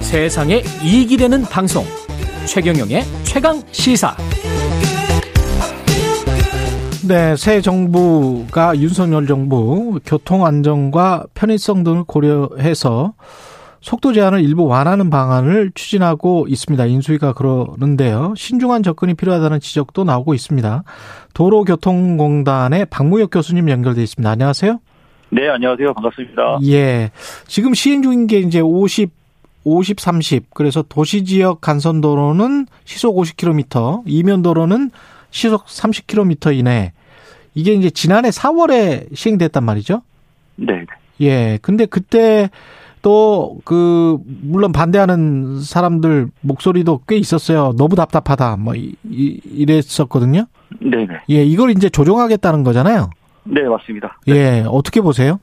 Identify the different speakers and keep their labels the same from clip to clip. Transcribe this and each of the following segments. Speaker 1: 세상에 이익이 되는 방송 최경영의 최강 시사
Speaker 2: 네, 새 정부가 윤석열 정부 교통 안정과 편의성 등을 고려해서 속도 제한을 일부 완화하는 방안을 추진하고 있습니다. 인수위가 그러는데요. 신중한 접근이 필요하다는 지적도 나오고 있습니다. 도로교통공단의 박무혁 교수님 연결돼 있습니다. 안녕하세요.
Speaker 3: 네, 안녕하세요. 반갑습니다.
Speaker 2: 예. 지금 시행 중인 게 이제 50, 50, 30. 그래서 도시 지역 간선 도로는 시속 50km, 이면 도로는 시속 30km 이내. 이게 이제 지난해 4월에 시행됐단 말이죠.
Speaker 3: 네.
Speaker 2: 예. 근데 그때 또 그 물론 반대하는 사람들 목소리도 꽤 있었어요. 너무 답답하다. 뭐 이, 이, 이랬었거든요.
Speaker 3: 네, 네.
Speaker 2: 예, 이걸 이제 조정하겠다는 거잖아요.
Speaker 3: 네, 맞습니다.
Speaker 2: 예, 어떻게 보세요?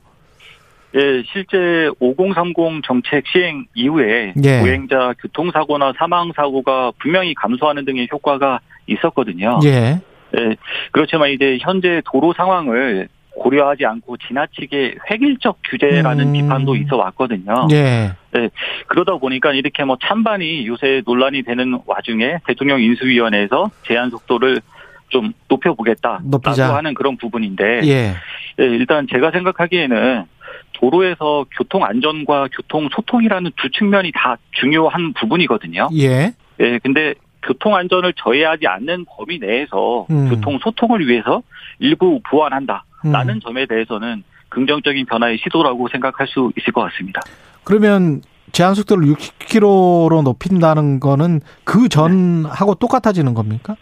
Speaker 3: 예, 실제 5030 정책 시행 이후에
Speaker 2: 예.
Speaker 3: 보행자 교통사고나 사망사고가 분명히 감소하는 등의 효과가 있었거든요.
Speaker 2: 예.
Speaker 3: 예, 그렇지만 이제 현재 도로 상황을 고려하지 않고 지나치게 획일적 규제라는
Speaker 2: 음.
Speaker 3: 비판도 있어 왔거든요.
Speaker 2: 예.
Speaker 3: 그러다 보니까 이렇게 뭐 찬반이 요새 논란이 되는 와중에 대통령 인수위원회에서 제한 속도를 좀 높여보겠다라고
Speaker 2: 높이자.
Speaker 3: 하는 그런 부분인데
Speaker 2: 예.
Speaker 3: 예, 일단 제가 생각하기에는 도로에서 교통 안전과 교통 소통이라는 두 측면이 다 중요한 부분이거든요.
Speaker 2: 예.
Speaker 3: 예, 근데 교통 안전을 저해하지 않는 범위 내에서
Speaker 2: 음.
Speaker 3: 교통 소통을 위해서 일부 보완한다라는
Speaker 2: 음.
Speaker 3: 점에 대해서는 긍정적인 변화의 시도라고 생각할 수 있을 것 같습니다.
Speaker 2: 그러면 제한 속도를 60km로 높인다는 거는 그
Speaker 3: 네.
Speaker 2: 전하고 똑같아지는 겁니까?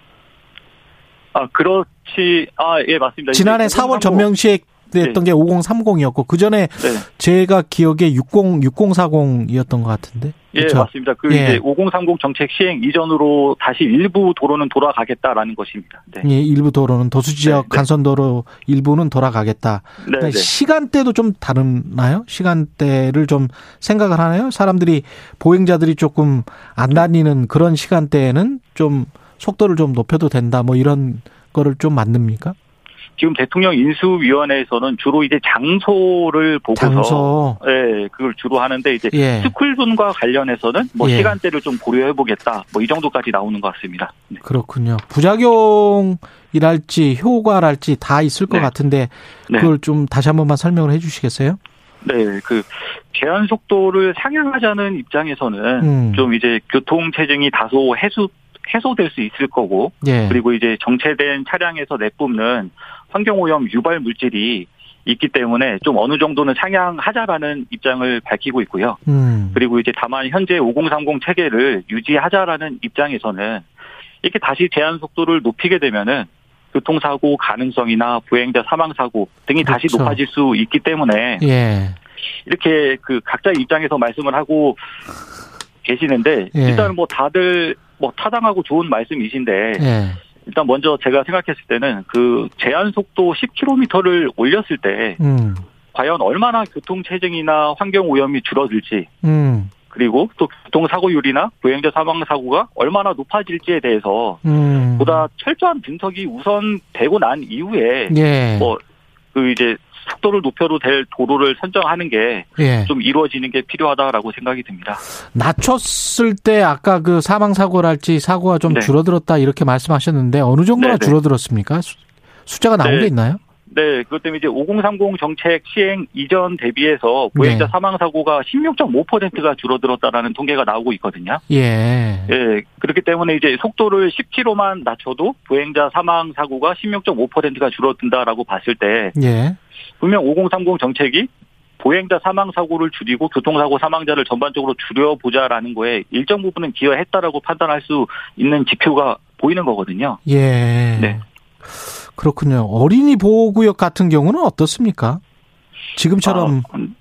Speaker 3: 아, 그렇지. 아, 예, 맞습니다.
Speaker 2: 지난해
Speaker 3: 이제
Speaker 2: 4월 전면 시행됐던 게 5030이었고 그 전에
Speaker 3: 네.
Speaker 2: 제가 기억에 60 6040이었던 것 같은데.
Speaker 3: 예,
Speaker 2: 그렇죠?
Speaker 3: 맞습니다. 그
Speaker 2: 예.
Speaker 3: 이제 5030 정책 시행 이전으로 다시 일부 도로는 돌아가겠다라는 것입니다. 네.
Speaker 2: 예, 일부 도로는 도수 지역
Speaker 3: 네, 네.
Speaker 2: 간선 도로 일부는 돌아가겠다.
Speaker 3: 네,
Speaker 2: 그러니까
Speaker 3: 네.
Speaker 2: 시간대도 좀 다르나요? 시간대를 좀 생각을 하나요? 사람들이 보행자들이 조금 안 다니는 그런 시간대에는 좀 속도를 좀 높여도 된다. 뭐 이런 거를 좀 만듭니까?
Speaker 3: 지금 대통령 인수위원회에서는 주로 이제 장소를 보고서
Speaker 2: 장소.
Speaker 3: 예, 그걸 주로 하는데 이제
Speaker 2: 예.
Speaker 3: 스쿨존과 관련해서는 뭐
Speaker 2: 예.
Speaker 3: 시간대를 좀 고려해 보겠다. 뭐 이 정도까지 나오는 것 같습니다. 네.
Speaker 2: 그렇군요. 부작용이랄지 효과랄지 다 있을 것
Speaker 3: 네.
Speaker 2: 같은데
Speaker 3: 네.
Speaker 2: 그걸 좀 다시 한 번만 설명을 해 주시겠어요?
Speaker 3: 네, 그 제한 속도를 상향하자는 입장에서는
Speaker 2: 음.
Speaker 3: 네. 좀 이제 교통 체증이 다소 해소 해소될 수 있을 거고
Speaker 2: 예.
Speaker 3: 그리고 이제 정체된 차량에서 내뿜는 환경 오염 유발 물질이 있기 때문에 좀 어느 정도는 상향하자라는 입장을 밝히고 있고요.
Speaker 2: 음.
Speaker 3: 그리고 이제 다만 현재 5030 체계를 유지하자라는 입장에서는 이렇게 다시 제한 속도를 높이게 되면은 교통사고 가능성이나 보행자 사망 사고 등이 다시
Speaker 2: 그렇죠.
Speaker 3: 높아질 수 있기 때문에
Speaker 2: 예.
Speaker 3: 이렇게 그 각자 입장에서 말씀을 하고 계시는데
Speaker 2: 예.
Speaker 3: 일단 뭐 다들 뭐 타당하고 좋은 말씀이신데
Speaker 2: 예.
Speaker 3: 일단 먼저 제가 생각했을 때는 그 제한 속도 10km를 올렸을 때
Speaker 2: 음.
Speaker 3: 과연 얼마나 교통 체증이나 환경 오염이 줄어들지
Speaker 2: 음.
Speaker 3: 그리고 또 교통사고율이나 보행자 사망사고가 얼마나 높아질지에 대해서
Speaker 2: 음.
Speaker 3: 보다 철저한 분석이 우선되고 난 이후에
Speaker 2: 예.
Speaker 3: 뭐, 그 이제 속도를 높여도 될 도로를 선정하는 게 좀
Speaker 2: 예.
Speaker 3: 이루어지는 게 필요하다라고 생각이 듭니다.
Speaker 2: 낮췄을 때 아까 그 사망 사고랄지 사고가 좀
Speaker 3: 네.
Speaker 2: 줄어들었다 이렇게 말씀하셨는데 어느 정도나
Speaker 3: 네, 네.
Speaker 2: 줄어들었습니까? 수- 숫자가 나온
Speaker 3: 네.
Speaker 2: 게 있나요?
Speaker 3: 네, 그것 때문에 이제 5030 정책 시행 이전 대비해서 보행자
Speaker 2: 네.
Speaker 3: 사망사고가 16.5%가 줄어들었다라는 통계가 나오고 있거든요.
Speaker 2: 예.
Speaker 3: 예, 그렇기 때문에 이제 속도를 10km만 낮춰도 보행자 사망사고가 16.5%가 줄어든다라고 봤을 때
Speaker 2: 예.
Speaker 3: 분명 5030 정책이 보행자 사망 사고를 줄이고 교통사고 사망자를 전반적으로 줄여보자라는 거에 일정 부분은 기여했다라고 판단할 수 있는 지표가 보이는 거거든요.
Speaker 2: 예.
Speaker 3: 네.
Speaker 2: 그렇군요. 어린이 보호구역 같은 경우는 어떻습니까? 지금처럼
Speaker 3: 아, 음,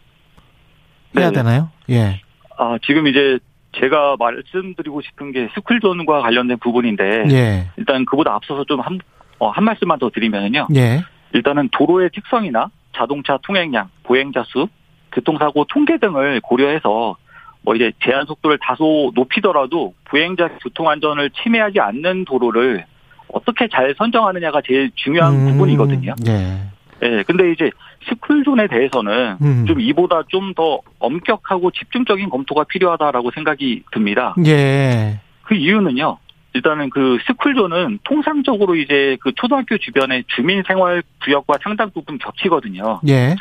Speaker 2: 해야
Speaker 3: 네.
Speaker 2: 되나요? 예.
Speaker 3: 아, 지금 이제 제가 말씀드리고 싶은 게 스쿨존과 관련된 부분인데
Speaker 2: 예.
Speaker 3: 일단 그보다 앞서서 좀 한 어, 한 말씀만 더 드리면요.
Speaker 2: 예.
Speaker 3: 일단은 도로의 특성이나 자동차 통행량, 보행자 수, 교통사고 통계 등을 고려해서 뭐 이제 제한 속도를 다소 높이더라도 보행자 교통 안전을 침해하지 않는 도로를 어떻게 잘 선정하느냐가 제일 중요한
Speaker 2: 음,
Speaker 3: 부분이거든요.
Speaker 2: 예.
Speaker 3: 예, 근데 이제 시쿨존에 대해서는
Speaker 2: 음.
Speaker 3: 좀 이보다 좀 더 엄격하고 집중적인 검토가 필요하다라고 생각이 듭니다.
Speaker 2: 예.
Speaker 3: 그 이유는요. 일단은 그 스쿨존은 통상적으로 이제 그 초등학교 주변의 주민 생활 구역과 상당 부분 겹치거든요.
Speaker 2: 예.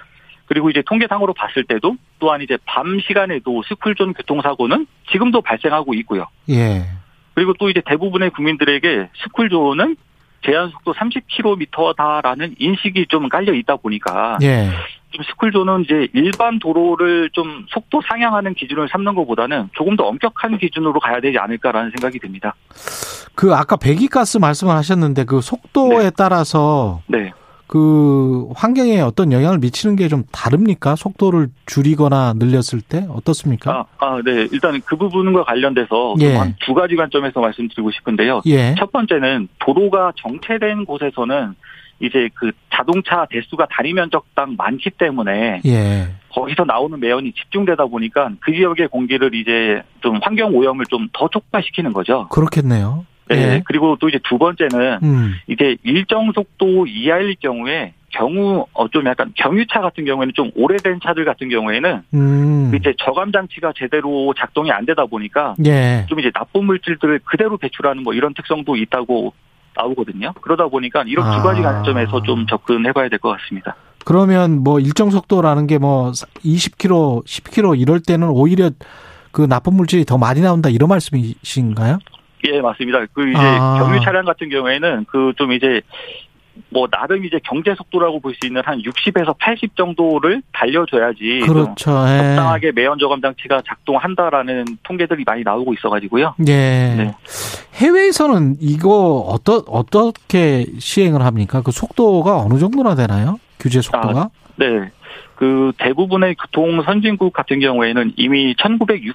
Speaker 3: 그리고 이제 통계상으로 봤을 때도 또한 이제 밤 시간에도 스쿨존 교통사고는 지금도 발생하고 있고요.
Speaker 2: 예.
Speaker 3: 그리고 또 이제 대부분의 국민들에게 스쿨존은 제한 속도 30km다라는 인식이 좀 깔려 있다 보니까
Speaker 2: 예.
Speaker 3: 좀 스쿨존은 이제 일반 도로를 좀 속도 상향하는 기준을 삼는 것보다는 조금 더 엄격한 기준으로 가야 되지 않을까라는 생각이 듭니다.
Speaker 2: 그 아까 배기가스 말씀을 하셨는데 그 속도에 따라서
Speaker 3: 네.
Speaker 2: 그 환경에 어떤 영향을 미치는 게 좀 다릅니까? 속도를 줄이거나 늘렸을 때 어떻습니까?
Speaker 3: 아, 아, 네. 일단 그 부분과 관련돼서
Speaker 2: 예.
Speaker 3: 한 두 가지 관점에서 말씀드리고 싶은데요.
Speaker 2: 예.
Speaker 3: 첫 번째는 도로가 정체된 곳에서는 이제 그 자동차 대수가 다리 면적당 많기 때문에
Speaker 2: 예.
Speaker 3: 거기서 나오는 매연이 집중되다 보니까 그 지역의 공기를 이제 좀 환경 오염을 좀 더 촉발시키는 거죠.
Speaker 2: 그렇겠네요.
Speaker 3: 네.
Speaker 2: 예.
Speaker 3: 그리고 또 이제 두 번째는
Speaker 2: 음.
Speaker 3: 이제 일정 속도 이하일 경우에 경우 어 좀 약간 경유차 같은 경우에는 좀 오래된 차들 같은 경우에는
Speaker 2: 음.
Speaker 3: 이제 저감 장치가 제대로 작동이 안 되다 보니까
Speaker 2: 예.
Speaker 3: 좀 이제 나쁜 물질들을 그대로 배출하는 뭐 이런 특성도 있다고 나오거든요. 그러다 보니까 이런
Speaker 2: 아.
Speaker 3: 두 가지 관점에서 좀 접근해 봐야 될 것 같습니다.
Speaker 2: 그러면 뭐 일정 속도라는 게 뭐 20km, 10km 이럴 때는 오히려 그 나쁜 물질이 더 많이 나온다 이런 말씀이신가요?
Speaker 3: 예, 맞습니다. 그 이제
Speaker 2: 아.
Speaker 3: 경유 차량 같은 경우에는 그 좀 이제 뭐 나름 이제 경제 속도라고 볼 수 있는 한 60에서 80 정도를 달려줘야지 좀
Speaker 2: 그렇죠. 예.
Speaker 3: 적당하게 매연 저감 장치가 작동한다라는 통계들이 많이 나오고 있어가지고요.
Speaker 2: 예.
Speaker 3: 네.
Speaker 2: 해외에서는 이거 어떠, 어떻게 시행을 합니까? 그 속도가 어느 정도나 되나요? 규제 속도가?
Speaker 3: 네. 그 대부분의 교통 선진국 같은 경우에는 이미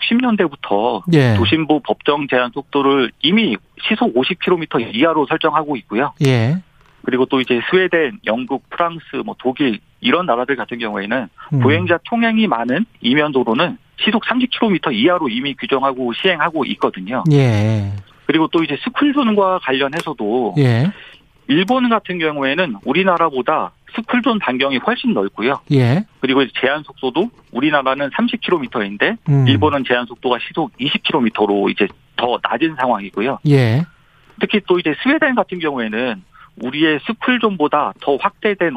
Speaker 3: 1960년대부터
Speaker 2: 예.
Speaker 3: 도심부 법정 제한 속도를 이미 시속 50km 이하로 설정하고 있고요.
Speaker 2: 예.
Speaker 3: 그리고 또 이제 스웨덴, 영국, 프랑스, 뭐 독일 이런 나라들 같은 경우에는
Speaker 2: 음.
Speaker 3: 보행자 통행이 많은 이면 도로는 시속 30km 이하로 이미 규정하고 시행하고 있거든요.
Speaker 2: 예.
Speaker 3: 그리고 또 이제 스쿨존과 관련해서도
Speaker 2: 예.
Speaker 3: 일본 같은 경우에는 우리나라보다 스쿨존 반경이 훨씬 넓고요.
Speaker 2: 예.
Speaker 3: 그리고 이제 제한 속도도 우리나라는 30km인데
Speaker 2: 음.
Speaker 3: 일본은 제한 속도가 시속 20km로 이제 더 낮은 상황이고요.
Speaker 2: 예.
Speaker 3: 특히 또 이제 스웨덴 같은 경우에는 우리의 스쿨존보다 더 확대된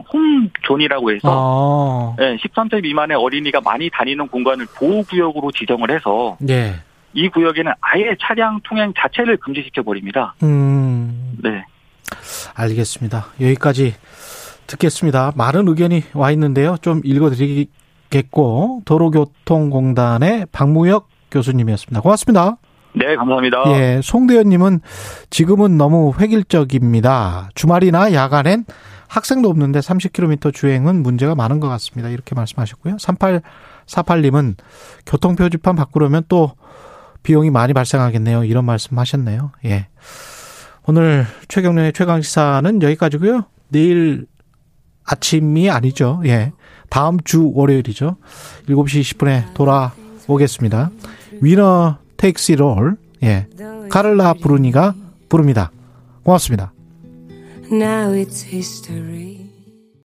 Speaker 3: 홈존이라고 해서
Speaker 2: 어.
Speaker 3: 예, 13세 미만의 어린이가 많이 다니는 공간을 보호구역으로 지정을 해서
Speaker 2: 예.
Speaker 3: 이 구역에는 아예 차량 통행 자체를 금지시켜 버립니다.
Speaker 2: 음.
Speaker 3: 네,
Speaker 2: 알겠습니다. 여기까지 듣겠습니다. 많은 의견이 와 있는데요. 좀 읽어드리겠고 도로교통공단의 박무혁 교수님이었습니다. 고맙습니다.
Speaker 3: 네 감사합니다.
Speaker 2: 예, 송대현님은 지금은 너무 획일적입니다. 주말이나 야간엔 학생도 없는데 30km 주행은 문제가 많은 것 같습니다. 이렇게 말씀하셨고요. 3848님은 교통표지판 바꾸려면 또 비용이 많이 발생하겠네요. 이런 말씀하셨네요. 예. 오늘 최경련의 최강 시사는 여기까지고요. 내일 아침이 아니죠. 예. 다음 주 월요일이죠. 7시 20분에 돌아오겠습니다. 위너 테이크스 롤. 예. 카를라 브루니가 부릅니다. 고맙습니다.
Speaker 4: Now it's history.